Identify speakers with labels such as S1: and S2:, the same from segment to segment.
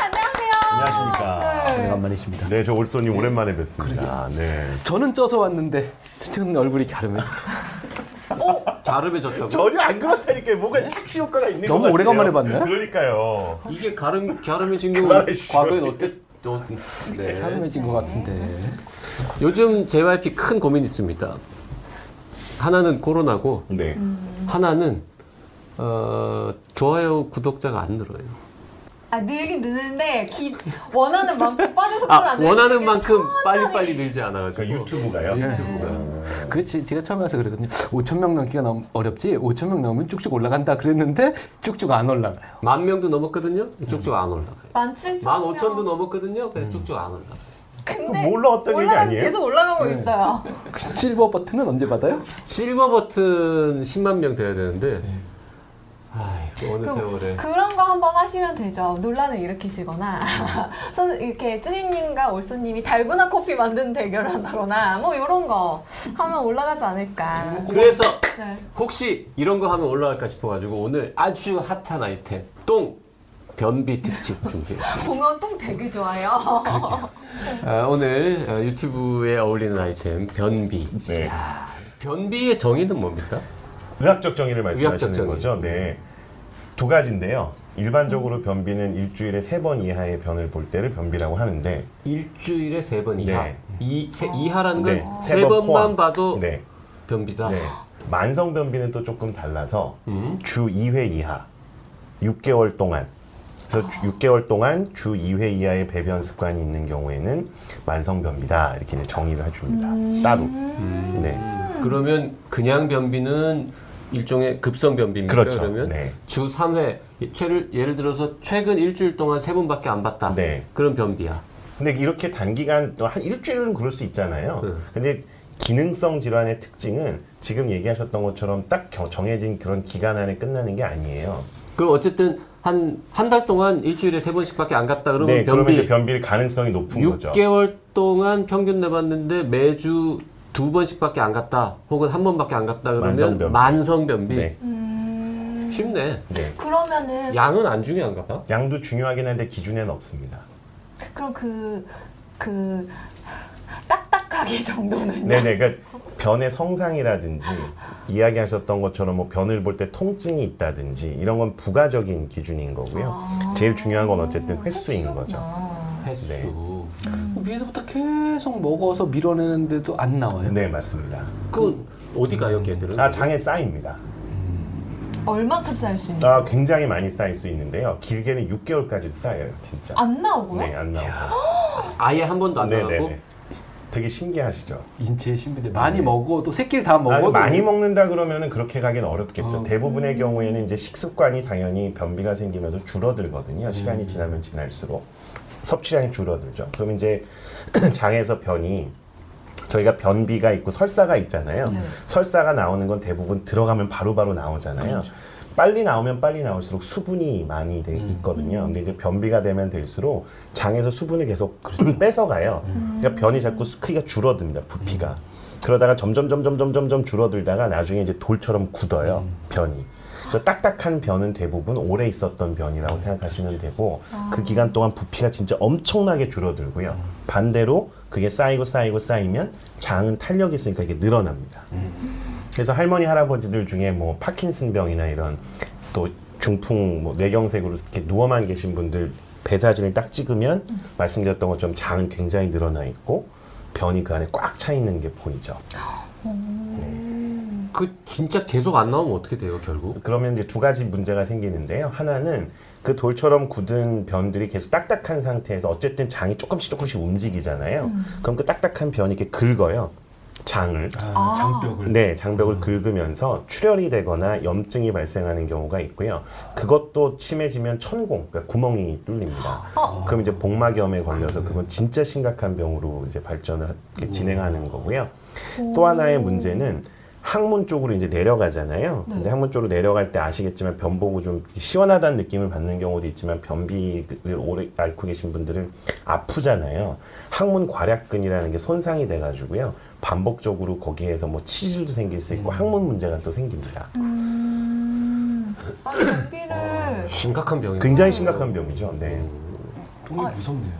S1: 안녕하세요.
S2: 안녕하십니까.
S3: 오래간만이십니다.
S2: 그러니까. 네, 저 올소님 오랜만에 뵙습니다. 네.
S3: 저는 쪄서 왔는데 저는 얼굴이 갸름해.
S4: 가름해졌다고.
S2: 전혀 안 그렇다니까 뭔가 착시 효과가 있는
S3: 네? 너무
S2: 것 같아요.
S3: 오래간만에 음, 봤나요?
S2: 그러니까요.
S4: 이게 가름 가름해진 경우
S2: 그만하시죠.
S4: 과거엔 어때? 또- 네.
S3: 갸름해진 것 같은데.
S4: 요즘 JYP 큰 고민 있습니다. 하나는 코로나고
S2: 네.
S3: 음.
S4: 하나는 어, 좋아요 구독자가 안 늘어요.
S1: 아 늘긴 느는데 기, 원하는 만큼 빠른 속도로
S4: 아
S1: 안
S4: 원하는
S1: 늘리게
S4: 만큼
S1: 천천히.
S4: 빨리 빨리 늘지 않아가지고.
S2: 그러니까 유튜브가요?
S3: 예. 그렇지 제가 처음에 와서 그랬거든요. 5천 명 넘기가 너무 어렵지. 5천 명 넘으면 쭉쭉 올라간다 그랬는데 쭉쭉 안 올라가요.
S4: 만 명도 넘었거든요. 쭉쭉 안 올라가요.
S1: 만 칠천.
S4: 만 오천도 넘었거든요. 근데 쭉쭉 안 올라가요.
S1: 근데
S2: 뭐 올라갔던 얘기
S1: 올라가-
S2: 아니에요?
S1: 계속 올라가고 있어요.
S3: 그 실버 버튼은 언제 받아요?
S4: 실버 버튼 10만 명 돼야 되는데. 아 이거 어느
S1: 그럼
S4: 세월에.
S1: 그런 거 한번 하시면 되죠. 논란을 일으키시거나 선 이렇게 쭈니님과 올소님이 달고나 커피 만드는 대결을 한다거나 뭐 이런 거 하면 올라가지 않을까.
S4: 그래서
S1: 네.
S4: 혹시 이런 거 하면 올라갈까 싶어가지고 오늘 아주 핫한 아이템 똥 변비 특집 준비했어요.
S1: 보면 똥 되게 좋아요.
S4: 아, 오늘 어, 유튜브에 어울리는 아이템 변비.
S2: 네.
S4: 변비의 정의는 뭡니까?
S2: 의학적 정의를
S4: 의학적
S2: 말씀하시는
S4: 정의.
S2: 거죠. 네. 두 가지인데요. 일반적으로 변비는 일주일에 세 번 이하의 변을 볼 때를 변비라고 하는데
S4: 일주일에 세 번 이하.
S2: 네.
S4: 이 세, 이하라는
S2: 네.
S4: 건
S2: 세
S4: 세
S2: 번
S4: 번만
S2: 포함.
S3: 어.
S4: 봐도
S2: 네.
S4: 변비다.
S2: 네. 만성 변비는 또 조금 달라서
S4: 아. 음.
S2: 주 2회 이하 6개월 동안 그래서 주- 6개월 동안 주 2회 이하의 배변 습관이 있는 경우에는 만성 변비다 이렇게 이제 정의를 해줍니다. 따로.
S4: 음.
S2: 네.
S4: 그러면 그냥 변비는 일종의 급성 변비입니까?
S2: 그렇죠.
S4: 러면
S2: 네.
S4: 주 3회 예를, 예를 들어서 최근 일주일 동안 세 번밖에 안 봤다.
S2: 네.
S4: 그런 변비야.
S2: 근데 이렇게 단기간 또 한 일주일은 그럴 수 있잖아요.
S4: 네.
S2: 근데 기능성 질환의 특징은 지금 얘기하셨던 것처럼 딱 겨- 정해진 그런 기간 안에 끝나는 게 아니에요.
S4: 그럼 어쨌든 한 한 달 동안 일주일에 세 번씩밖에 안 갔다 그러면
S2: 네, 그러면 이제
S4: 변비
S2: 변비일 가능성이 높은 거죠.
S4: 6개월 동안 평균 내봤는데 매주 두 번씩밖에 안 갔다 혹은 한 번밖에 안 갔다
S2: 만성
S4: 그러면
S2: 변비.
S4: 만성 변비
S2: 네.
S4: 쉽네
S2: 네.
S1: 음, 그러면은
S4: 양은 안 중요한가 봐
S2: 양도 중요하긴 한데 기준에는 없습니다.
S1: 그럼 그, 그, 딱딱하게 정도는.
S2: 네네. 그러니까 변의 성상이라든지 이야기하셨던 것처럼 뭐 변을 볼 때 통증이 있다든지 이런 건 부가적인 기준인 거고요. 제일 중요한 건 어쨌든 아. 횟수인 거죠.
S1: 횟수구나.
S4: 횟수
S2: 네.
S3: 위에서부터 계속 먹어서 밀어내는데도 안 나와요.
S2: 네 맞습니다.
S4: 그건 어디 가요 걔들은
S2: 아 장에 쌓입니다.
S1: 얼만큼 쌓일 수 있는지.
S2: 아 굉장히 많이 쌓일 수 있는데요. 길게는 6개월까지도 쌓여요, 진짜.
S1: 안 나오고요?
S2: 네, 안 나오고.
S4: 아예 한 번도 안 나가고
S2: 네네네. 되게 신기하시죠.
S3: 인체의 신비들 많이 먹어도 새끼를 다
S2: 아,
S3: 먹어도 뭐.
S2: 많이 먹는다 그러면은 그렇게 가긴 어렵겠죠. 대부분의 경우에는 이제 식습관이 당연히 변비가 생기면서 줄어들거든요.
S3: 음.
S2: 시간이 지나면 지날수록 섭취량이 줄어들죠. 그럼 이제 장에서 변이 저희가 변비가 있고 설사가 있잖아요.
S3: 네.
S2: 설사가 나오는 건 대부분 들어가면 바로바로 나오잖아요.
S3: 그렇죠.
S2: 빨리 나오면 빨리 나올수록 수분이 많이 돼 있거든요. 근데 이제 변비가 되면 될수록 장에서 수분을 계속 뺏어가요. 그러니까 변이 자꾸 수- 크기가 줄어듭니다. 부피가. 그러다가 점점 점점 점점 점 줄어들다가 나중에 이제 돌처럼 굳어요. 변이. 그래서 딱딱한 변은 대부분 오래 있었던 변이라고 생각하시면 되고 그 기간 동안 부피가 진짜 엄청나게 줄어들고요. 반대로 그게 쌓이고 쌓이고 쌓이면 장은 탄력이 있으니까 이게 늘어납니다. 그래서 할머니 할아버지들 중에 뭐 파킨슨병이나 이런 또 중풍 뭐 뇌경색으로 이렇게 누워만 계신 분들 배 사진을 딱 찍으면 말씀드렸던 것처럼 장은 굉장히 늘어나 있고 변이 그 안에 꽉 차 있는 게 보이죠.
S4: 그 진짜 계속 안 나오면 어떻게 돼요 결국
S2: 그러면 이제 두 가지 문제가 생기는데요. 하나는 그 돌처럼 굳은 변들이 계속 딱딱한 상태에서 어쨌든 장이 조금씩 조금씩 움직이잖아요. 그럼 그 딱딱한 변이 이렇게 긁어요. 장을
S3: 아, 장벽을. 음.
S2: 네, 장벽을 긁으면서 출혈이 되거나 염증이 발생하는 경우가 있고요. 그것도 심해지면 천공, 그러니까 구멍이 뚫립니다.
S1: 어.
S2: 그럼 이제 복막염에
S3: 아,
S2: 걸려서 그건 진짜 심각한 병으로 이제 발전을 하- 이렇게 진행하는 거고요. 또 하나의 문제는 항문 쪽으로 이제 내려가잖아요.
S4: 네.
S2: 근데 항문 쪽으로 내려갈 때 아시겠지만 변 보고 좀 시원하다는 느낌을 받는 경우도 있지만 변비를 오래 앓고 계신 분들은 아프잖아요. 항문 괄약근이라는 게 손상이 돼가지고요. 반복적으로 거기에서 뭐 치질도 생길 수
S4: 음.
S2: 있고 항문 문제가 또 생깁니다.
S1: 음. 아, 변비를
S4: 심각한 병이에요.
S2: 굉장히 심각한 병이죠. 네.
S4: 음.
S1: 아.
S3: 정말 무섭네요.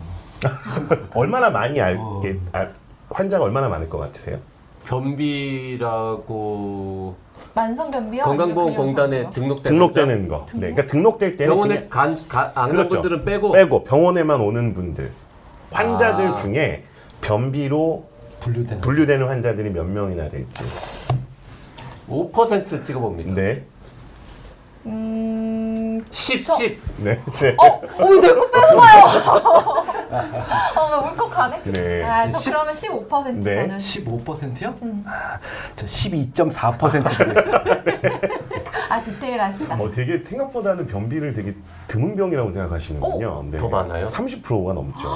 S2: 얼마나 많이
S4: 어.
S2: 앓게 알- 환자가 얼마나 많을 것 같으세요?
S4: 네, 변비라고
S1: 만성 변비요?
S4: 건강보험공단에
S1: 아니면
S4: 그렇죠. 등록된
S2: 등록되는 거. 네. 그러니까 등록될 때는
S4: 병원에
S2: 그냥-
S4: 간, 가, 안간
S2: 그렇죠.
S4: 분들은 빼고,
S2: 빼고 병원에만 오는 분들 환자들
S4: 아.
S2: 중에 변비로
S3: 분류되는.
S2: 분류되는 환자들이 몇 명이나 될지.
S4: 5% 찍어봅니다.
S2: 네.
S1: 그냥- 음.
S4: 10,
S1: 저-
S4: 10.
S2: 네. 네.
S1: 어, 어, 왜내거 빼는 거예요? 어, 왜 울컥하네?
S2: 네.
S1: 아, 저
S3: 십-
S1: 그러면 15%
S2: 네.
S1: 저는
S3: 15%요?
S1: 음.
S3: 아, 저 12.4%였어요.
S1: 아 디테일하시다.
S2: 어, 되게 생각보다는 변비를 되게 드문 병이라고 생각하시는군요. 네.
S4: 더 많아요?
S2: 30%가 넘죠.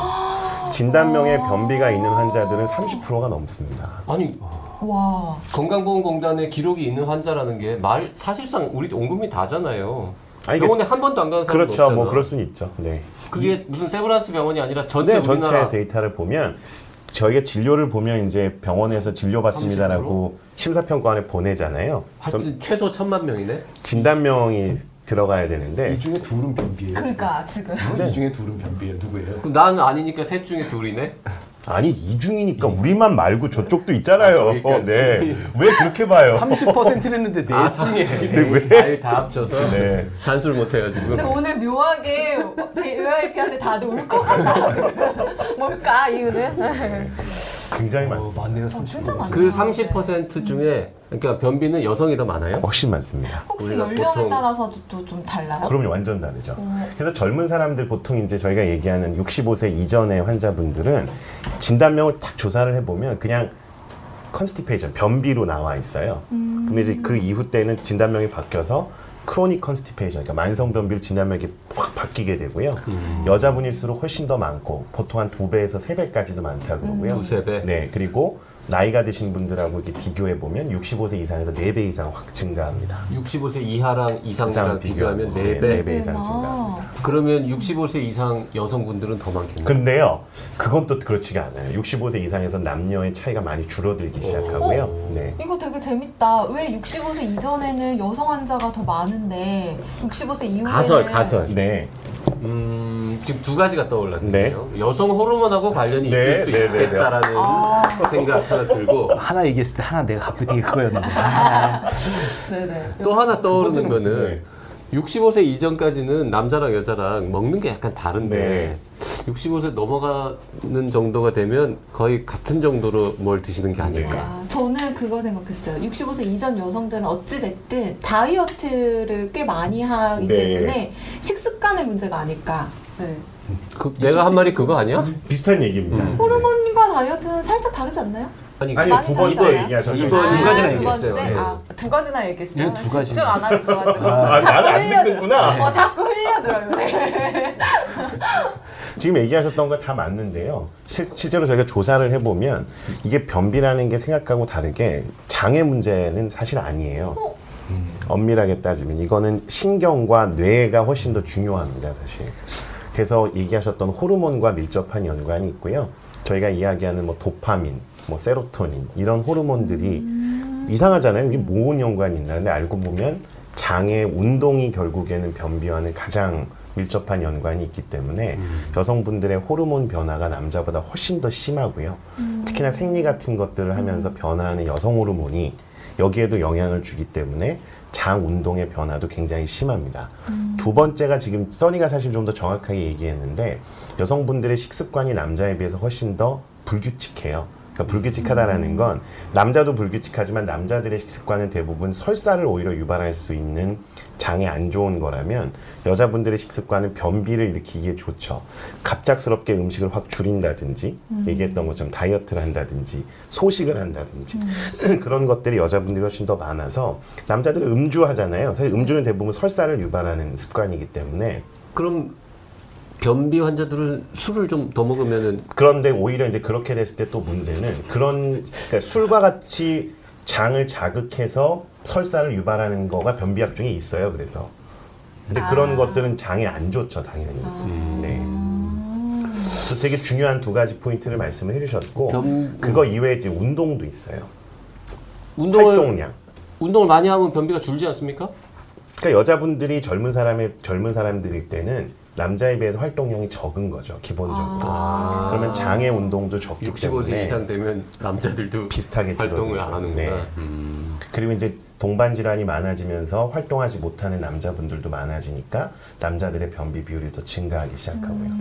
S2: 진단명에 변비가 있는 환자들은 30%가 넘습니다.
S4: 아니,
S1: 와.
S4: 건강보험공단에 기록이 있는 환자라는 게 말, 사실상 우리 온 국민 다잖아요.
S2: 아니,
S4: 병원에 한 번도 안 가는 사람
S2: 그렇죠.
S4: 없잖아.
S2: 뭐 그럴 수는 있죠. 네.
S4: 그게 무슨 세브란스 병원이 아니라 전체
S2: 네, 전체
S4: 우리나라
S2: 데이터를 보면 저희가 진료를 보면 이제 병원에서 진료받습니다라고 심사평가원에 보내잖아요.
S4: 하여튼
S2: 그럼
S4: 최소 천만 명이네.
S2: 진단명이 들어가야 되는데
S3: 이 중에 둘은 변비예요.
S1: 그러니까 지금.
S3: 지금. 이 중에 둘은 변비예요. 누구예요?
S4: 그럼 나는 아니니까 셋 중에 둘이네.
S2: 아니 이중이니까 우리만 말고 저쪽도 있잖아요.
S4: 아, 저기까지.
S2: 네. 왜 그렇게
S3: 어.
S2: 봐요?
S3: 30%했는데 네 중에
S4: 아, 아예 다 합쳐서
S2: 네.
S4: 잔술 못
S1: 근데
S4: 해가지고.
S1: 오늘 묘하게 제 VIP한테 다들 울컥한다 지금. 뭘까 이유는?
S2: 굉장히
S3: 어,
S2: 많습니다.
S3: 많네요.
S1: 어,
S3: 30%.
S1: 진짜 많다.
S4: 그 30% 중에 그러니까 변비는 여성이 더 많아요.
S2: 훨씬 많습니다.
S1: 혹시
S4: 우리가
S1: 연령에
S4: 보통-
S1: 따라서도 또 좀 달라요?
S2: 그럼요, 완전 다르죠. 그래서 젊은 사람들 보통 이제 저희가 얘기하는 65세 이전의 환자분들은 진단명을 딱 조사를 해보면 그냥 컨스티페이션, 변비로 나와 있어요. 근데 이제 그 이후 때는 진단명이 바뀌어서 크로닉 컨스티페이션, 그러니까 만성 변비로 진단명이 확 바뀌게 되고요.
S4: 음.
S2: 여자분일수록 훨씬 더 많고 보통 한 두 배에서 세 배까지도 많다고 그러고요.
S4: 두세 배.
S2: 네, 그리고 나이가 드신 분들하고 이렇게 비교해 보면 65세 이상에서 네 배 이상 확 증가합니다.
S4: 65세 이하랑 이상이랑
S2: 이상
S4: 비교하면
S2: 비교하면
S4: 네
S2: 네,
S4: 배
S2: 네 배. 이상 증가합니다.
S4: 그러면 65세 이상 여성분들은 더 많겠네요.
S2: 근데요, 그건 또 그렇지가 않아요. 65세 이상에서 남녀의 차이가 많이 줄어들기 시작하고요. 네.
S1: 이거 되게 재밌다. 왜 65세 이전에는 여성 환자가 더 많은데 65세 이후에는
S4: 가설, 가설.
S2: 네.
S4: 음, 지금 두 가지가 떠올랐는데요. 여성 호르몬하고 관련이
S2: 네,
S4: 있을 수
S2: 네, 네, 네.
S4: 있겠다라는 생각 하나 들고
S3: 하나 얘기했을 때 하나 내가 갚을 게 그거였나 봐.
S1: 네네.
S4: 또 하나 떠오르는
S2: 번째는 네.
S4: 거는 65세 이전까지는 남자랑 여자랑 먹는 게 약간 다른데
S2: 네.
S4: 65세 넘어가는 정도가 되면 거의 같은 정도로 뭘 드시는 게 아닐까.
S1: 아, 저는 그거 생각했어요. 65세 이전 여성들은 어찌됐든 다이어트를 꽤 많이 하기
S2: 네.
S1: 때문에 식습관의 문제가 아닐까. 네.
S4: 그, 내가 한 말이 그거 아니야?
S2: 비슷한 얘기입니다.
S1: 음. 호르몬과 다이어트는 살짝 다르지 않나요?
S4: 아니,
S2: 아니,
S1: 많이
S2: 두 번째
S1: 다르잖아요.
S2: 얘기하셨죠.
S4: 이거- 두 가지나
S1: 두
S4: 얘기했어요.
S1: 번째?
S4: 예.
S1: 아, 두 가지나 얘기했어요.
S3: 예, 두 가지나.
S1: 집중 안 하고 있어가지고.
S2: 아,
S1: 자꾸
S2: 나는 안
S1: 흘려들어.
S2: 듣는구나.
S1: 어, 자꾸 흘려들어요. 네.
S2: 지금 얘기하셨던 거 다 맞는데요. 실, 실제로 저희가 조사를 해보면 이게 변비라는 게 생각하고 다르게 장의 문제는 사실 아니에요. 음, 엄밀하게 따지면 이거는 신경과 뇌가 훨씬 더 중요합니다, 사실. 그래서 얘기하셨던 호르몬과 밀접한 연관이 있고요. 저희가 이야기하는 뭐 도파민, 뭐 세로토닌 이런 호르몬들이 이상하잖아요. 이게 뭔 연관이 있나? 근데 알고 보면 장의 운동이 결국에는 변비와는 가장 밀접한 연관이 있기 때문에 여성분들의 호르몬 변화가 남자보다 훨씬 더 심하고요. 특히나 생리 같은 것들을 하면서 변화하는 여성 호르몬이 여기에도 영향을 주기 때문에 장 운동의 변화도 굉장히 심합니다. 두 번째가 지금 써니가 사실 좀 더 정확하게 얘기했는데 여성분들의 식습관이 남자에 비해서 훨씬 더 불규칙해요. 그러니까 불규칙하다라는 건 남자도 불규칙하지만 남자들의 식습관은 대부분 설사를 오히려 유발할 수 있는 장에 안 좋은 거라면 여자분들의 식습관은 변비를 일으키기에 좋죠. 갑작스럽게 음식을 확 줄인다든지 얘기했던 것처럼 다이어트를 한다든지 소식을 한다든지 그런 것들이 여자분들이 훨씬 더 많아서 남자들은 음주하잖아요. 사실 음주는 대부분 설사를 유발하는 습관이기 때문에
S4: 그럼 변비 환자들은 술을 좀 더 먹으면은
S2: 그런데 오히려 이제 그렇게 됐을 때 또 문제는 그런 그러니까 술과 같이 장을 자극해서 설사를 유발하는 거가 변비약 중에 있어요. 그래서 근데 그런 것들은 장에 안 좋죠, 당연히. 네. 그래서 되게 중요한 두 가지 포인트를 말씀을 해주셨고
S4: 변-
S2: 그거 이외에 이제 운동도 있어요.
S4: 운동을
S2: 활동량.
S4: 운동을 많이 하면 변비가 줄지 않습니까?
S2: 그러니까 여자분들이 젊은 사람의 젊은 사람들일 때는 남자에 비해서 활동량이 적은 거죠, 기본적으로. 그러면 장의 운동도 적기
S4: 65세
S2: 때문에
S4: 이상 되면 남자들도
S2: 비슷하게
S4: 활동을
S2: 줄어들죠.
S4: 안 하는구나.
S2: 네. 그리고 이제 동반 질환이 많아지면서 활동하지 못하는 남자분들도 많아지니까 남자들의 변비 비율이 더 증가하기 시작하고요.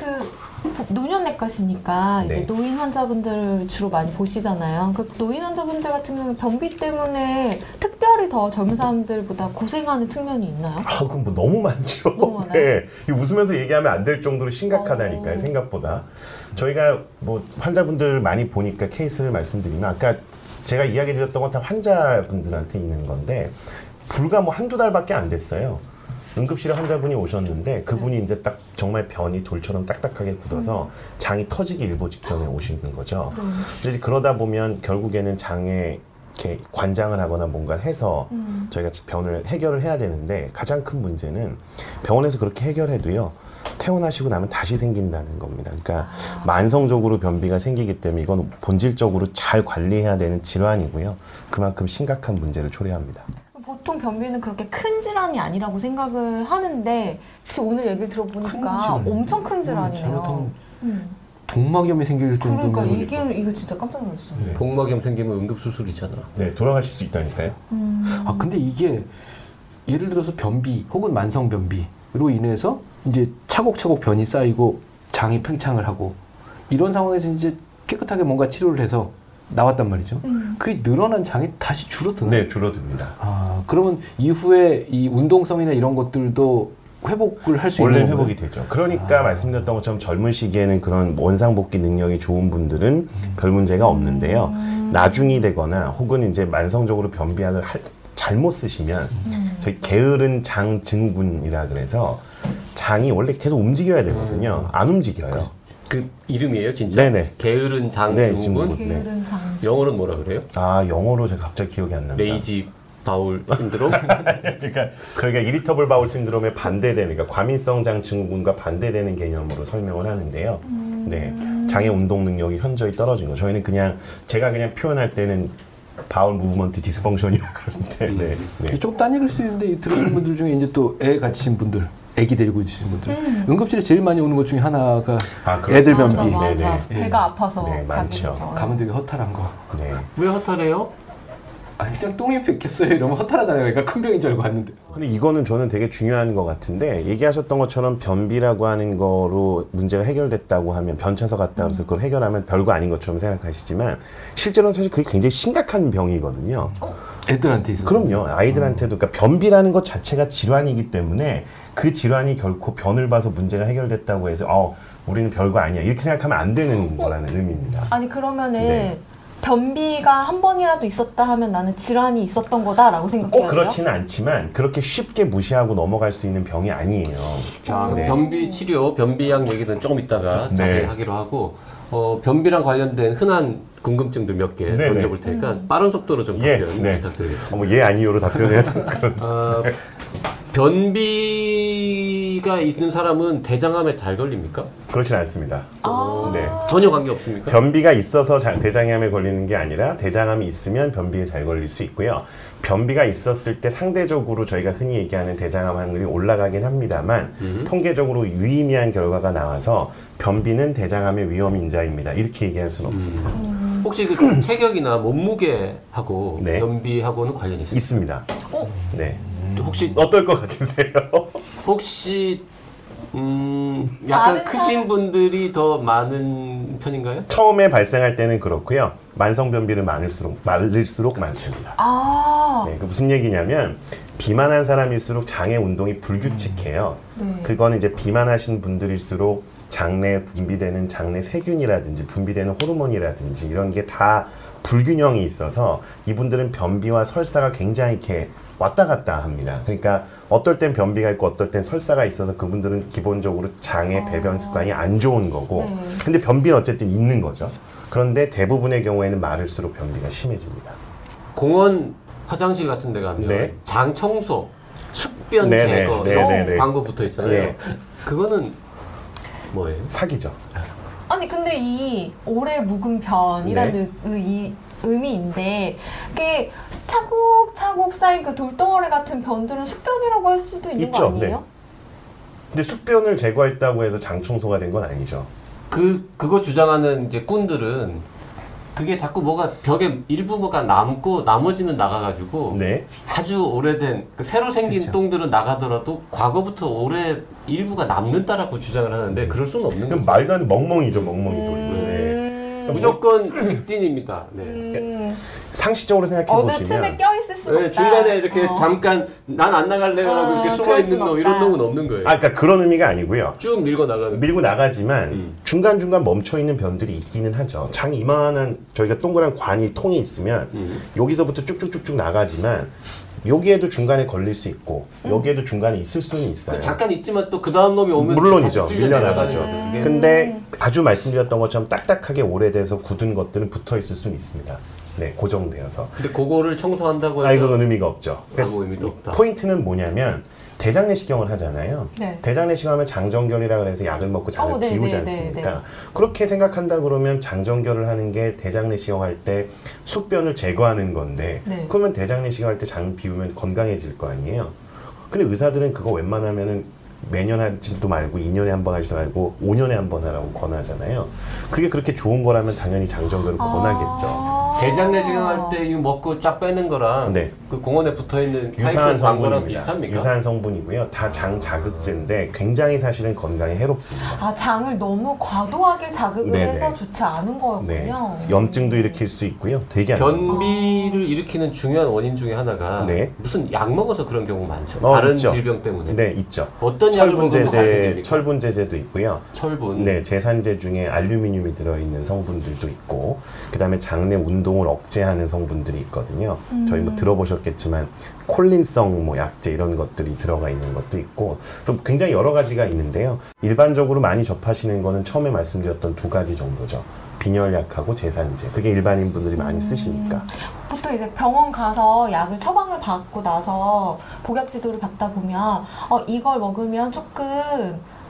S1: 그 노년내과시니까
S2: 네.
S1: 이제 노인 환자분들을 주로 많이 보시잖아요. 그 노인 환자분들 같은 경우는 변비 때문에 특별히 더 젊은 사람들보다 고생하는 측면이 있나요?
S2: 아, 그럼 뭐 너무 많죠.
S1: 너무 많아요?
S2: 네. 이거 웃으면서 얘기하면 안 될 정도로 심각하다니까요,
S1: 어.
S2: 생각보다. 저희가 뭐 환자분들 많이 보니까 케이스를 말씀드리면 아까 제가 이야기 드렸던 건 다 환자분들한테 있는 건데 불과 뭐 한두 달밖에 안 됐어요. 응급실에 환자분이 오셨는데 그분이 이제 딱 정말 변이 돌처럼 딱딱하게
S1: 음.
S2: 굳어서 장이 터지기 일보 직전에 오시는 거죠. 근데 이제 그러다 보면 결국에는 장에 이렇게 관장을 하거나 뭔가를 해서
S1: 음.
S2: 저희가 변을 해결을 해야 되는데 가장 큰 문제는 병원에서 그렇게 해결해도요 퇴원하시고 나면 다시 생긴다는 겁니다. 그러니까 만성적으로 변비가 생기기 때문에 이건 본질적으로 잘 관리해야 되는 질환이고요. 그만큼 심각한 문제를 초래합니다.
S1: 보통 변비는 그렇게 큰 질환이 아니라고 생각을 하는데 지금 오늘 얘기 들어보니까
S3: 큰 질환.
S1: 엄청 큰 질환이네요.
S3: 잘못하면
S1: 음.
S3: 동막염이 생길 정도면
S1: 그러니까 이게 이거 진짜 깜짝 놀랐어요.
S4: 네. 복막염 생기면 응급 수술이잖아.
S2: 네, 돌아가실 수 있다니까요.
S1: 음.
S3: 아 근데 이게 예를 들어서 변비 혹은 만성 변비로 인해서 이제 차곡차곡 변이 쌓이고 장이 팽창을 하고 이런 상황에서 이제 깨끗하게 뭔가 치료를 해서 나왔단 말이죠.
S1: 음.
S3: 그게 늘어난 장이 다시 줄어드나요?
S2: 네, 줄어듭니다.
S3: 아 그러면 이후에 이 운동성이나 이런 것들도 회복을 할 수 있는 아.
S2: 원래 는
S3: 건가요?
S2: 회복이 되죠. 그러니까 말씀드렸던 것처럼 젊은 시기에는 그런 원상복귀 능력이 좋은 분들은 별 문제가 없는데요.
S3: 음.
S2: 나중이 되거나 혹은 이제 만성적으로 변비약을 할- 잘못 쓰시면
S3: 음.
S2: 저희 게으른 장 증후군이라 그래서 장이 원래 계속 움직여야 되거든요. 안
S3: 네.
S2: 움직여요.
S4: 그 이름이에요, 진짜?
S2: 네네.
S4: 게으른
S2: 네,
S4: 장증후군.
S2: 증후군.
S1: 게으른 장.
S4: 영어로는 뭐라 그래요?
S2: 아 영어로 제가 갑자기 기억이 안 납니다.
S4: 레이지 바울 힌드롬?
S2: 그러니까 그러니까 이리터블 바울 신드롬에 반대되는 그러니까 과민성 장 증후군과 반대되는 개념으로 설명을 하는데요. 네. 장의 운동 능력이 현저히 떨어진 거. 저희는 그냥 제가 그냥 표현할 때는 바울 무브먼트 디스펑션이라고
S3: 음.
S2: 그러는데 네. 네.
S3: 조금 딴 얘기일 수 있는데 이 들으시는 분들 중에 이제 또 애 가지신 분들 애기 데리고 있으신 분들 응급실에 제일 많이 오는 것 중에 하나가
S2: 아,
S3: 애들
S2: 그렇습니다.
S3: 변비
S1: 맞아, 맞아.
S2: 네네.
S1: 배가 아파서
S2: 네,
S1: 가게
S2: 많죠.
S1: 되죠.
S3: 가면 되게 허탈한 거
S2: 네.
S4: 왜 허탈해요?
S3: 아 그냥 똥이 폈겠어요 이러면 허탈하잖아요 그러니까 큰 병인 줄 알고 왔는데
S2: 근데 이거는 저는 되게 중요한 것 같은데 얘기하셨던 것처럼 변비라고 하는 거로 문제가 해결됐다고 하면 변차서 갔다 그래서 그걸 해결하면 별거 아닌 것처럼 생각하시지만 실제로는 사실 그게 굉장히 심각한 병이거든요.
S3: 애들한테 있어서
S2: 그럼요. 아이들한테도 그러니까 변비라는 것 자체가 질환이기 때문에 그 질환이 결코 변을 봐서 문제가 해결됐다고 해서 어 우리는 별거 아니야 이렇게 생각하면 안 되는 거라는 의미입니다.
S1: 아니 그러면은
S2: 네.
S1: 변비가 한 번이라도 있었다 하면 나는 질환이 있었던 거다라고 생각해요.
S2: 꼭 어, 그렇지는 않지만 그렇게 쉽게 무시하고 넘어갈 수 있는 병이 아니에요.
S4: 자,
S2: 네.
S4: 변비 치료, 변비약 얘기는 조금 이따가 자세히
S2: 네.
S4: 하기로 하고 어, 변비랑 관련된 흔한 궁금증도 몇 개
S2: 네네.
S4: 던져볼 테니까 빠른 속도로 좀
S2: 예,
S4: 답변
S2: 네.
S4: 부탁드리겠습니다.
S2: 어머 예 아니요로 답변해야 되는 그런.
S4: 아, 변비가 있는 사람은 대장암에 잘 걸립니까?
S2: 그렇진 않습니다.
S1: 아.
S2: 네.
S4: 전혀 관계 없습니까?
S2: 변비가 있어서 자- 대장암에 걸리는 게 아니라 대장암이 있으면 변비에 잘 걸릴 수 있고요. 변비가 있었을 때 상대적으로 저희가 흔히 얘기하는 대장암 확률이 올라가긴 합니다만 통계적으로 유의미한 결과가 나와서 변비는 대장암의 위험 인자입니다. 이렇게 얘기할 수는 없습니다.
S4: 혹시 그 체격이나 몸무게하고
S2: 네.
S4: 변비하고는 관련이
S2: 있습니다.
S4: 있습니까?
S2: 네.
S4: 혹시
S2: 어떨 것 같으세요?
S4: 혹시 음, 약간
S1: 다른
S4: 크신 분들이 더 많은 편인가요?
S2: 처음에 발생할 때는 그렇고요. 만성 변비는 많을수록 많을수록 많습니다.
S1: 아,
S2: 네, 그 무슨 얘기냐면 비만한 사람일수록 장의 운동이 불규칙해요.
S1: 네.
S2: 그거는 이제 비만하신 분들일수록 장내에 분비되는 장내 세균이라든지 분비되는 호르몬이라든지 이런 게 다 불균형이 있어서 이분들은 변비와 설사가 굉장히 이렇게 왔다 갔다 합니다. 그러니까 어떨 땐 변비가 있고 어떨 땐 설사가 있어서 그분들은 기본적으로 장의 배변 습관이 안 좋은 거고
S1: 아. 네.
S2: 근데 변비는 어쨌든 있는 거죠. 그런데 대부분의 경우에는 마를수록 변비가 심해집니다.
S4: 공원 화장실 같은 데 가면
S2: 네.
S4: 장 청소, 숙변
S2: 네, 네,
S4: 제거
S2: 네,
S4: 이런
S2: 네, 네.
S4: 광고 붙어 있잖아요.
S2: 네.
S4: 그거는 뭐예요?
S2: 사기죠.
S1: 아니 근데 이 오래 묵은 변이라는
S2: 네.
S1: 의- 이 의미인데 그게 차곡차곡 쌓인 그 돌덩어리 같은 변들은 숙변이라고 할 수도 있는
S2: 있죠,
S1: 거 아니에요?
S2: 네. 근데 숙변을 제거했다고 해서 장 청소가 된 건 아니죠.
S4: 그 그거 주장하는 이제 꾼들은 그게 자꾸 뭐가 벽에 일부가 남고 나머지는 나가가지고
S2: 네.
S4: 아주 오래된 그 새로 생긴
S3: 그쵸.
S4: 똥들은 나가더라도 과거부터 올해 일부가 남는다라고 주장을 하는데 그럴 수는 없는
S2: 그럼
S4: 거죠.
S2: 말도 안 되는 멍멍이죠, 멍멍이 소리. 네.
S1: 음,
S4: 무조건 직진입니다. 네.
S1: 음,
S2: 상식적으로 생각해
S1: 어느 틈에
S2: 보시면
S1: 껴 있을 수가
S4: 네,
S1: 없다.
S4: 중간에 이렇게
S1: 어.
S4: 잠깐 난 안 나갈래요라고
S1: 어,
S4: 이렇게 숨어
S1: 그럴
S4: 있는
S1: 수는
S4: 놈 이런
S1: 없다.
S4: 놈은 없는 거예요.
S2: 아, 그러니까 그런 의미가 아니고요.
S4: 쭉 밀고 나가는.
S2: 밀고 나가지만
S4: 음.
S2: 중간 중간 멈춰 있는 변들이 있기는 하죠. 장 이만한 저희가 동그란 관이 통이 있으면
S4: 음.
S2: 여기서부터 쭉쭉쭉쭉 나가지만 여기에도 중간에 걸릴 수 있고
S1: 음.
S2: 여기에도 중간에 있을 수는 있어요.
S4: 잠깐 있지만 또 그 다음 놈이 오면
S2: 네. 물론이죠.
S4: 같이
S2: 밀려나가죠.
S4: 쓸려나가는
S1: 네.
S4: 거예요. 네.
S2: 근데 아주 말씀드렸던 것처럼 딱딱하게 오래돼서 굳은 것들은 붙어 있을 수는 있습니다. 네, 고정되어서.
S4: 근데 그거를 청소한다고
S2: 아,
S4: 해서
S2: 이건 의미가 없죠. 그러니까
S4: 아무 의미도 없다.
S2: 포인트는 뭐냐면 대장내시경을 하잖아요.
S1: 네.
S2: 대장내시경하면 장정결이라 그래서 약을 먹고 장을
S1: 어, 네,
S2: 비우지
S1: 네,
S2: 않습니까?
S1: 네, 네.
S2: 그렇게 생각한다 그러면 장정결을 하는 게 대장내시경 할 때 숙변을 제거하는 건데
S1: 네.
S2: 그러면 대장내시경 할 때 장 비우면 건강해질 거 아니에요. 근데 의사들은 그거 웬만하면은 매년 하지도 말고 2년에 한 번 하지도 말고 5년에 한 번 하라고 권하잖아요. 그게 그렇게 좋은 거라면 당연히 장정결을 권하겠죠.
S1: 아.
S4: 대장내시경 할
S1: 어.
S4: 때 이거 먹고 쫙 빼는 거랑
S2: 네.
S4: 그 공원에 붙어 있는
S2: 유사한
S4: 광고랑
S2: 성분입니다.
S4: 비슷합니까?
S2: 유사한 성분이고요. 다 장 자극제인데 굉장히 사실은 건강에 해롭습니다.
S1: 아 장을 너무 과도하게 자극을
S2: 네네.
S1: 해서 좋지 않은
S2: 네.
S1: 거였군요.
S2: 염증도 일으킬 수 있고요. 되게 안 좋아요.
S4: 변비를 일으키는 중요한 원인 중에 하나가
S2: 네.
S4: 무슨 약 먹어서 그런 경우 많죠.
S2: 어,
S4: 다른
S2: 있죠.
S4: 질병 때문에.
S2: 네, 있죠.
S4: 어떤 약을 먹으면
S2: 철분제제,
S4: 잘생깁니까?
S2: 철분제제도 있고요.
S4: 철분.
S2: 네, 제산제 중에 알루미늄이 들어있는 성분들도 있고, 그 다음에 장내 운동을 억제하는 성분들이 있거든요. 저희 뭐 들어보셨겠지만, 콜린성 뭐 약제 이런 것들이 들어가 있는 것도 있고, 그래서 굉장히 여러 가지가 있는데요. 일반적으로 많이 접하시는 거는 처음에 말씀드렸던 두 가지 정도죠. 빈혈약하고 제산제. 그게 일반인분들이 많이 쓰시니까.
S1: 보통 이제 병원 가서 약을 처방을 받고 나서 복약 지도를 받다 보면 어 이걸 먹으면 조금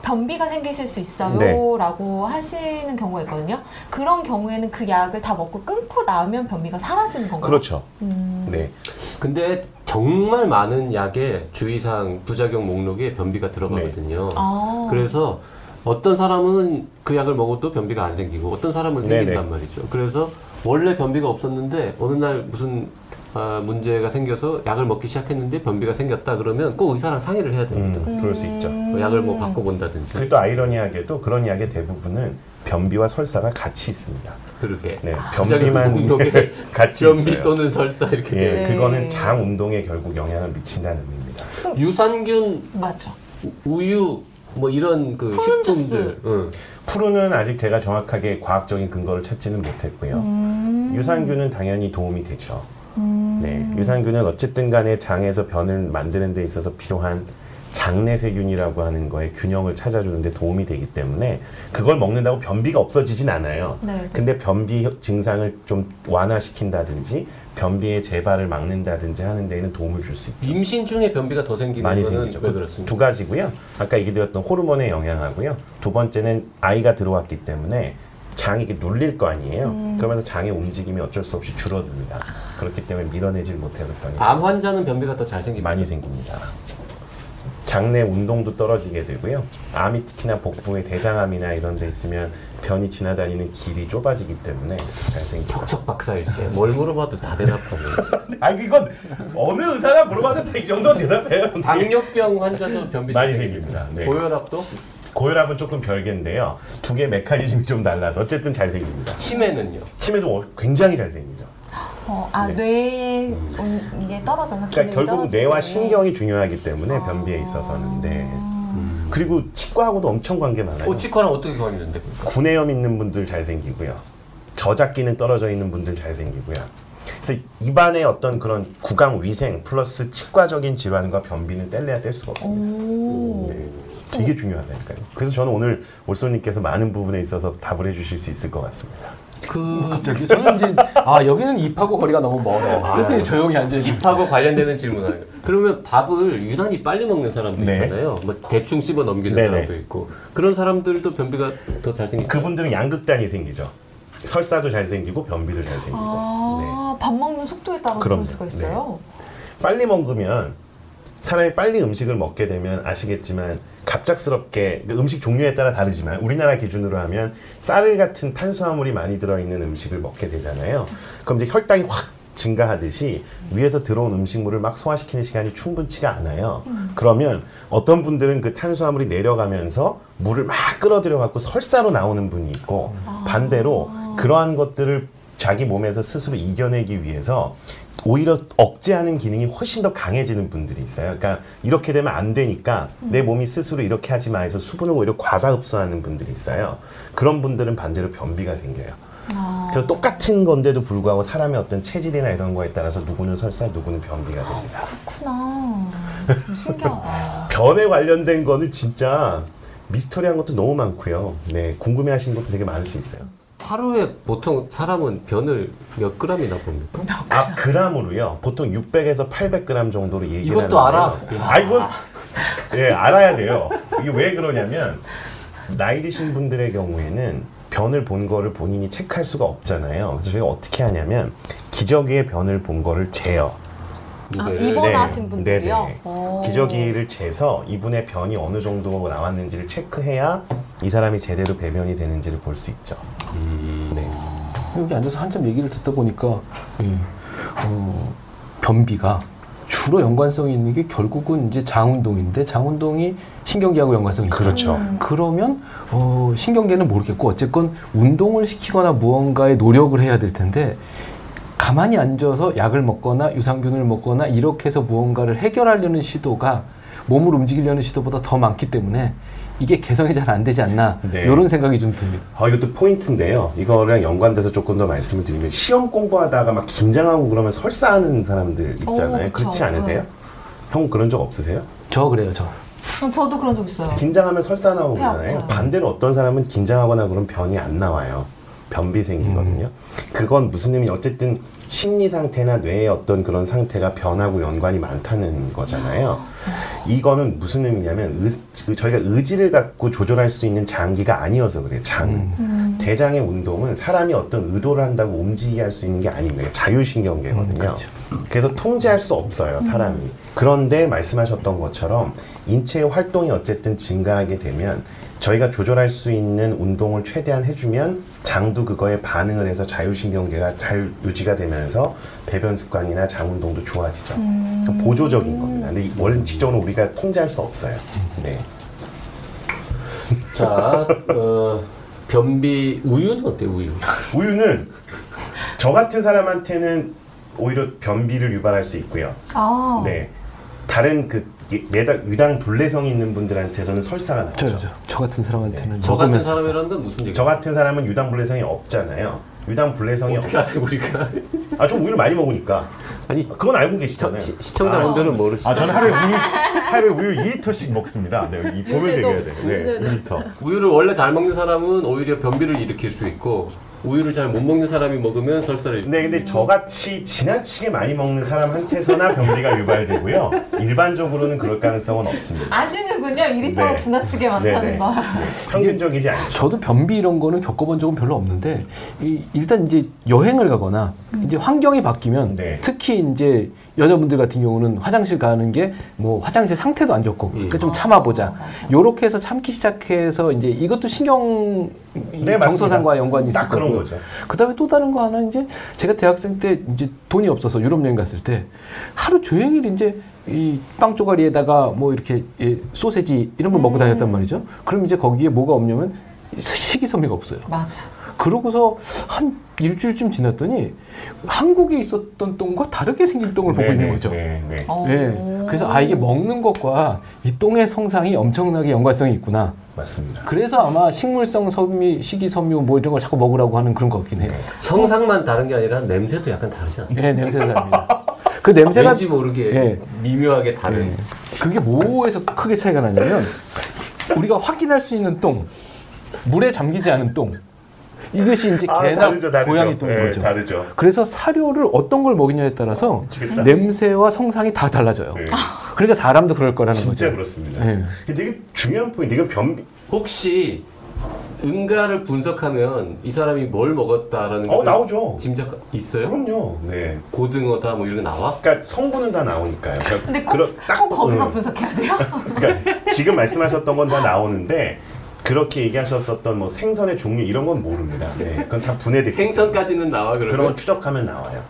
S1: 변비가 생기실 수
S2: 네.
S1: 있어요라고 하시는 경우가 있거든요. 그런 경우에는 그 약을 다 먹고 끊고 나면 변비가 사라지는 건가요?
S2: 그렇죠.
S1: 음.
S2: 네.
S4: 근데 정말 많은 약의 주의사항 부작용 목록에 변비가 들어가거든요.
S2: 네.
S1: 아.
S4: 그래서 어떤 사람은 그 약을 먹어도 변비가 안 생기고 어떤 사람은 생긴단
S2: 네네.
S4: 말이죠. 그래서 원래 변비가 없었는데 어느 날 무슨 아, 문제가 생겨서 약을 먹기 시작했는데 변비가 생겼다 그러면 꼭 의사랑 상의를 해야 됩니다.
S2: 음, 그럴 수 있죠.
S4: 뭐 약을 뭐 바꿔본다든지
S2: 그리고 또 아이러니하게도 그런 약의 대부분은 변비와 설사가 같이 있습니다.
S4: 그렇게
S2: 네,
S4: 부작용
S2: 변비만
S4: 목록에
S2: 같이
S4: 아, 변비
S2: 있어요.
S4: 또는 설사 이렇게
S2: 예,
S4: 돼.
S1: 네.
S2: 그거는 장 운동에 결국 영향을 미친다는 의미입니다.
S4: 유산균
S1: 맞죠.
S4: 우유 뭐 이런 그
S1: 푸른
S4: 식품들
S1: 주스.
S4: 응.
S2: 푸르는 아직 제가 정확하게 과학적인 근거를 찾지는 못했고요.
S1: 음.
S2: 유산균은 당연히 도움이 되죠. 네, 유산균은 어쨌든 간에 장에서 변을 만드는 데 있어서 필요한 장내 세균이라고 하는 거의 균형을 찾아주는 데 도움이 되기 때문에 그걸 먹는다고 변비가 없어지진 않아요.
S1: 네.
S2: 근데 변비 증상을 좀 완화시킨다든지 변비의 재발을 막는다든지 하는 데에는 도움을 줄 수 있죠.
S4: 임신 중에 변비가 더 생기는
S2: 많이
S4: 거는
S2: 생기죠.
S4: 왜
S2: 그
S4: 그렇습니까?
S2: 두 가지고요. 아까 얘기 드렸던 호르몬의 영향하고요. 두 번째는 아이가 들어왔기 때문에 장이 이렇게 눌릴 거 아니에요. 그러면서 장의 움직임이 어쩔 수 없이 줄어듭니다. 그렇기 때문에 밀어내질 못해서 병이
S4: 암 환자는 변비가 더 잘 생깁니다.
S2: 많이 생깁니다. 장내 운동도 떨어지게 되고요. 암이 특히나 복부에 대장암이나 이런 데 있으면 변이 지나다니는 길이 좁아지기 때문에 잘 생기죠.
S4: 척척 박사일세 뭘 물어봐도 다 대답하고
S2: 아 이건 어느 의사나 물어봐도 다 이 정도는 대답해요.
S4: 당뇨병 환자도 변비 잘
S2: 많이
S4: 생깁니다.
S2: 생깁니다. 네.
S4: 고혈압도
S2: 고혈압은 조금 별개인데요. 두 개 메커니즘이 좀 달라서 어쨌든 잘 생깁니다.
S4: 치매는요?
S2: 치매도 어- 굉장히 잘 생기죠.
S1: 어, 아
S2: 네.
S1: 뇌에 온- 이게 떨어져서
S2: 그러니까
S1: 기능이
S2: 결국
S1: 네, 떨어지기
S2: 뇌와
S1: 때문에.
S2: 신경이 중요하기 때문에
S1: 아.
S2: 변비에 있어서는 네.
S1: 음.
S2: 그리고 치과하고도 엄청 관계 많아요.
S4: 어, 치과랑 어떻게 관련된데?
S2: 구내염 있는 분들 잘 생기고요. 저작 기능 떨어져 있는 분들 잘 생기고요. 그래서 입안의 어떤 그런 구강 위생 플러스 치과적인 질환과 변비는 뗄래야 뗄 수가 없습니다.
S1: 오.
S2: 네. 되게 중요하다니까요. 그래서 저는 오늘 올소님께서 많은 부분에 있어서 답을 해주실 수 있을 것 같습니다.
S4: 그
S3: 갑자기 저는 이제 아 여기는 입하고 거리가 너무 멀어. 그래서 이제 조용히 앉아 있는.
S4: 입하고 관련되는 질문 아니에요. 그러면 밥을 유난히 빨리 먹는 사람도
S2: 네.
S4: 있잖아요. 뭐 대충 씹어 넘기는
S2: 네네.
S4: 사람도 있고 그런 사람들도 변비가 더 잘생기죠.
S2: 그분들은 양극단이 생기죠. 설사도 잘 생기고 변비도 잘 생기고. 네.
S1: 아, 밥 먹는 속도에 따라서 그럴
S2: 그럼요. 네.
S1: 수가 있어요.
S2: 빨리 먹으면 사람이 빨리 음식을 먹게 되면 아시겠지만 갑작스럽게 근데 음식 종류에 따라 다르지만 우리나라 기준으로 하면 쌀 같은 탄수화물이 많이 들어있는 음식을 먹게 되잖아요. 그럼 이제 혈당이 확 증가하듯이 위에서 들어온 음식물을 막 소화시키는 시간이 충분치가 않아요. 그러면 어떤 분들은 그 탄수화물이 내려가면서 물을 막 끌어들여 갖고 설사로 나오는 분이 있고 반대로 그러한 것들을 자기 몸에서 스스로 이겨내기 위해서 오히려 억제하는 기능이 훨씬 더 강해지는 분들이 있어요. 그러니까 이렇게 되면 안 되니까 내 몸이 스스로 이렇게 하지 마 해서 수분을 오히려 과다 흡수하는 분들이 있어요. 그런 분들은 반대로 변비가 생겨요.
S1: 아.
S2: 그래서 똑같은 건데도 불구하고 사람의 어떤 체질이나 이런 거에 따라서 누구는 설사, 누구는 변비가 됩니다.
S1: 그렇구나. 신기하다.
S2: 변에 관련된 거는 진짜 미스터리한 것도 너무 많고요. 네, 궁금해하시는 것도 되게 많을 수 있어요.
S4: 하루에 보통 사람은 변을 몇 그램이나 봅니까?
S2: 아, 그람으로요. 보통 600에서 800g 정도로 얘기하는
S4: 이것도 알아?
S2: 아, 이건 예, 알아야 돼요. 이게 왜 그러냐면 나이 드신 분들의 경우에는 변을 본 거를 본인이 체크할 수가 없잖아요. 그래서 저희가 어떻게 하냐면 기저귀의 변을 본 거를 재요.
S1: 아,
S4: 네.
S1: 입원하신
S2: 네,
S1: 분들이요? 어.
S2: 네, 네.
S1: 오.
S2: 기저귀를 재서 이분의 변이 어느 정도 나왔는지를 체크해야 이 사람이 제대로 배변이 되는지를 볼 수 있죠.
S4: 음.
S2: 네.
S3: 여기 앉아서 한참 얘기를 듣다 보니까 예, 어, 변비가 주로 연관성이 있는 게 결국은 이제 장 운동인데 장 운동이 신경계하고 연관성이 있다.
S2: 그렇죠.
S3: 그러면 어, 신경계는 모르겠고 어쨌건 운동을 시키거나 무언가에 노력을 해야 될 텐데 가만히 앉아서 약을 먹거나 유산균을 먹거나 이렇게 해서 무언가를 해결하려는 시도가 몸을 움직이려는 시도보다 더 많기 때문에 이게 개선이 잘 안 되지 않나
S2: 네.
S3: 이런 생각이 좀 듭니다.
S2: 아, 이것도 포인트인데요. 이거랑 연관돼서 조금 더 말씀을 드리면 시험 공부하다가 막 긴장하고 그러면 설사하는 사람들 있잖아요.
S1: 어, 그쵸.
S2: 그렇지 않으세요?
S1: 네.
S2: 형 그런 적 없으세요?
S3: 저 그래요 저.
S1: 전 저도 그런 적 있어요.
S2: 긴장하면 설사 나오고
S1: 배
S2: 그러잖아요.
S1: 아파요.
S2: 반대로 어떤 사람은 긴장하거나 그런 변이 안 나와요. 변비 생기거든요. 그건 무슨 의미냐. 어쨌든 심리 상태나 뇌의 어떤 그런 상태가 변하고 연관이 많다는 거잖아요. 이거는 무슨 의미냐면 의- 그 저희가 의지를 갖고 조절할 수 있는 장기가 아니어서 그래요. 장은. 대장의 운동은 사람이 어떤 의도를 한다고 움직이게 할 수 있는 게 아닙니다. 자율신경계거든요. 그래서 통제할 수 없어요, 사람이. 그런데 말씀하셨던 것처럼 인체의 활동이 어쨌든 증가하게 되면 저희가 조절할 수 있는 운동을 최대한 해주면 장도 그거에 반응을 해서 자율신경계가 잘 유지가 되면서 배변 습관이나 장 운동도 좋아지죠.
S4: 음.
S2: 그러니까 보조적인 겁니다. 근데 이- 원칙적으로 우리가 통제할 수 없어요. 네.
S4: 자, 어, 변비 우유는 어때요? 우유.
S2: 우유는 저 같은 사람한테는 오히려 변비를 유발할 수 있고요.
S4: 어.
S1: 아.
S2: 네. 다른 그 예- 예당, 유당 불내성이 있는 분들한테서는 설사가 나오죠.
S3: 저, 저, 저 같은 사람한테는
S4: 네. 저 같은
S3: 먹으면서
S4: 사람이라는 건 무슨 얘기예요?
S2: 저 같은 사람은 유당 불내성이 없잖아요. 유당 불내성이
S4: 어떻게 알아요 우리가?
S2: 아 좀 우유를 많이 먹으니까
S4: 아니
S2: 그건 알고
S4: 저,
S2: 계시잖아요.
S4: 시, 시청자분들은 모르시죠?
S2: 네. 아 저는 하루에 우유 하루에 우유 2리터씩 먹습니다. 네, 이 보면서
S1: 오늘도,
S2: 얘기해야 돼. 네,
S1: 오늘도.
S2: 2리터.
S4: 우유를 원래 잘 먹는 사람은 오히려 변비를 일으킬 수 있고 우유를 잘 못 먹는 사람이 먹으면 설사를
S2: 네, 근데 저같이 지나치게 많이 먹는 사람한테서나 변비가 유발되고요. 일반적으로는 그럴 가능성은 없습니다.
S1: 아시는군요. 1리터로
S2: 네.
S1: 지나치게 많다는
S2: 네네.
S1: 걸.
S2: 평균적이지 않죠.
S3: 저도 변비 이런 거는 겪어본 적은 별로 없는데 이, 일단 이제 여행을 가거나 이제 환경이 바뀌면
S2: 네.
S3: 특히 이제 여자분들 같은 경우는 화장실 가는 게 뭐 화장실 상태도 안 좋고
S2: 음.
S3: 그러니까 좀 참아보자 요렇게 해서 참기 시작해서 이제 이것도 신경 이
S2: 네, 맞습니다.
S3: 정서상과 연관이 있을
S2: 딱 그런
S3: 거고요.
S2: 거죠.
S3: 그다음에 또 다른 거 하나 이제 제가 대학생 때 이제 돈이 없어서 유럽 여행 갔을 때 하루 종일 이제 이 빵 조가리에다가 뭐 이렇게 예, 소세지 이런 걸 먹고 다녔단 말이죠. 그럼 이제 거기에 뭐가 없냐면 식이섬유가 없어요.
S1: 맞아.
S3: 그러고서 한 일주일쯤 지났더니 한국에 있었던 똥과 다르게 생긴 똥을 보고 있는 거죠.
S2: 네, 네.
S1: 어.
S3: 예. 그래서 아 이게 먹는 것과 이 똥의 성상이 엄청나게 연관성이 있구나.
S2: 맞습니다.
S3: 그래서 아마 식물성 섬유, 식이섬유 뭐 이런 걸 자꾸 먹으라고 하는 그런 것 같긴 해요.
S4: 성상만 다른 게 아니라 냄새도 약간 다르지 않습니까?
S3: 예, 냄새가 납니다. 그 냄새가
S4: 왠지 모르게
S3: 예.
S4: 미묘하게 다른
S3: 예. 그게 뭐에서 크게 차이가 나냐면 우리가 확인할 수 있는 똥, 물에 잠기지 않은 똥 이것이 이제
S2: 아,
S3: 개나 고양이 똥인
S2: 네,
S3: 거죠.
S2: 다르죠.
S3: 그래서 사료를 어떤 걸 먹이냐에 따라서
S2: 재밌다.
S3: 냄새와 성상이 다 달라져요.
S2: 네,
S3: 그러니까 사람도 그럴 거라는
S2: 진짜
S3: 거죠.
S2: 그렇습니다.
S3: 네.
S2: 근데 되게 중요한 포인트. 이거 변
S4: 혹시 응가를 분석하면 이 사람이 뭘 먹었다라는
S3: 그러니까
S2: 어,
S4: 거를
S2: 나오죠.
S4: 짐작 있어요?
S2: 그럼요. 네.
S4: 고등어다 뭐 이런 거 나와?
S2: 그러니까 성분은 다 나오니까요. 그러니까
S1: 근데 꼭,
S2: 그런-
S1: 꼭 거기서
S2: 음.
S1: 분석해야 돼요?
S2: 그러니까 지금 말씀하셨던 건 다 나오는데 그렇게 얘기하셨었던 뭐 생선의 종류 이런 건 모릅니다. 네, 그건 다 분해됐고
S4: 생선까지는 나와
S2: 그런 건
S4: 그러면?
S2: 추적하면 나와요.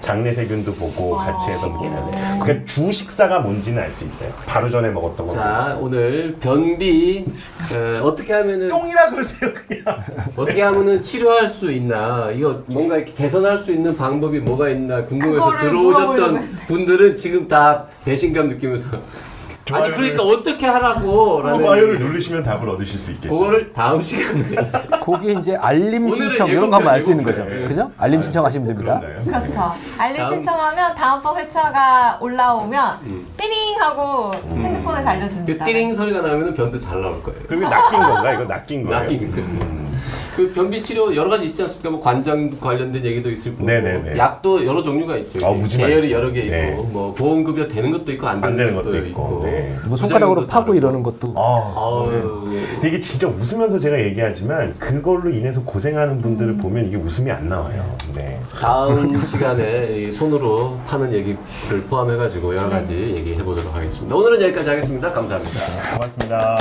S2: 장내세균도 보고 같이 해서 보면
S1: 아.
S2: 그러니까 주 식사가 뭔지는 알 수 있어요. 바로 전에 먹었던 건
S4: 자
S2: 뭔지.
S4: 오늘 변비 에, 어떻게 하면은
S2: 똥이라 그러세요 그냥.
S4: 어떻게 하면은 치료할 수 있나 이거 뭔가 이렇게 개선할 수 있는 방법이 뭐가 있나 궁금해서
S1: 그거를 물어보려고
S4: 들어오셨던
S1: 했는데.
S4: 분들은 지금 다 배신감 느끼면서 아니
S2: 좋아요를-
S4: 그러니까 어떻게 하라고라는
S2: 좋아요를 뭐 누르시면 답을 얻으실 수 있겠죠.
S4: 그거를 다음 시간에
S3: 거기에 이제 알림
S4: 오늘은
S3: 신청 이런
S4: 예고편,
S3: 거만 알 수 있는 거죠.
S4: 예고편. 예.
S3: 그죠? 알림 신청하시면 됩니다.
S2: 그런가요? 네.
S1: 그렇죠. 알림
S4: 다음-
S1: 신청하면 다음번 회차가 올라오면 띠링 하고
S2: 음.
S1: 핸드폰에서
S4: 음. 그
S1: 알려줍니다.
S4: 띠링 소리가 나면은 변도 잘 나올 거예요.
S2: 그럼 이거 낚인 건가? 이거 낚인 거예요?
S4: 낚인 거예요.
S2: 네.
S4: 그 변비 치료 여러 가지 있지 않습니까? 뭐 관장 관련된 얘기도 있을 거고
S2: 네네네.
S4: 약도 여러 종류가 있죠.
S2: 아, 무지
S4: 계열이
S2: 많죠.
S4: 여러 개 있고
S2: 네.
S4: 뭐 보험급여 되는 것도 있고 안 되는,
S2: 안 되는 것도 있고. 네.
S3: 뭐 손가락으로
S4: 부작용도
S3: 파고
S4: 다르고.
S3: 이러는 것도
S2: 아,
S4: 아우
S2: 되게 진짜 웃으면서 제가 얘기하지만 그걸로 인해서 고생하는 분들을 보면 이게 웃음이 안 나와요. 네.
S4: 다음 시간에 이 손으로 파는 얘기를 포함해가지고 여러 가지 얘기해 보도록 하겠습니다. 오늘은 여기까지 하겠습니다. 감사합니다.
S2: 고맙습니다.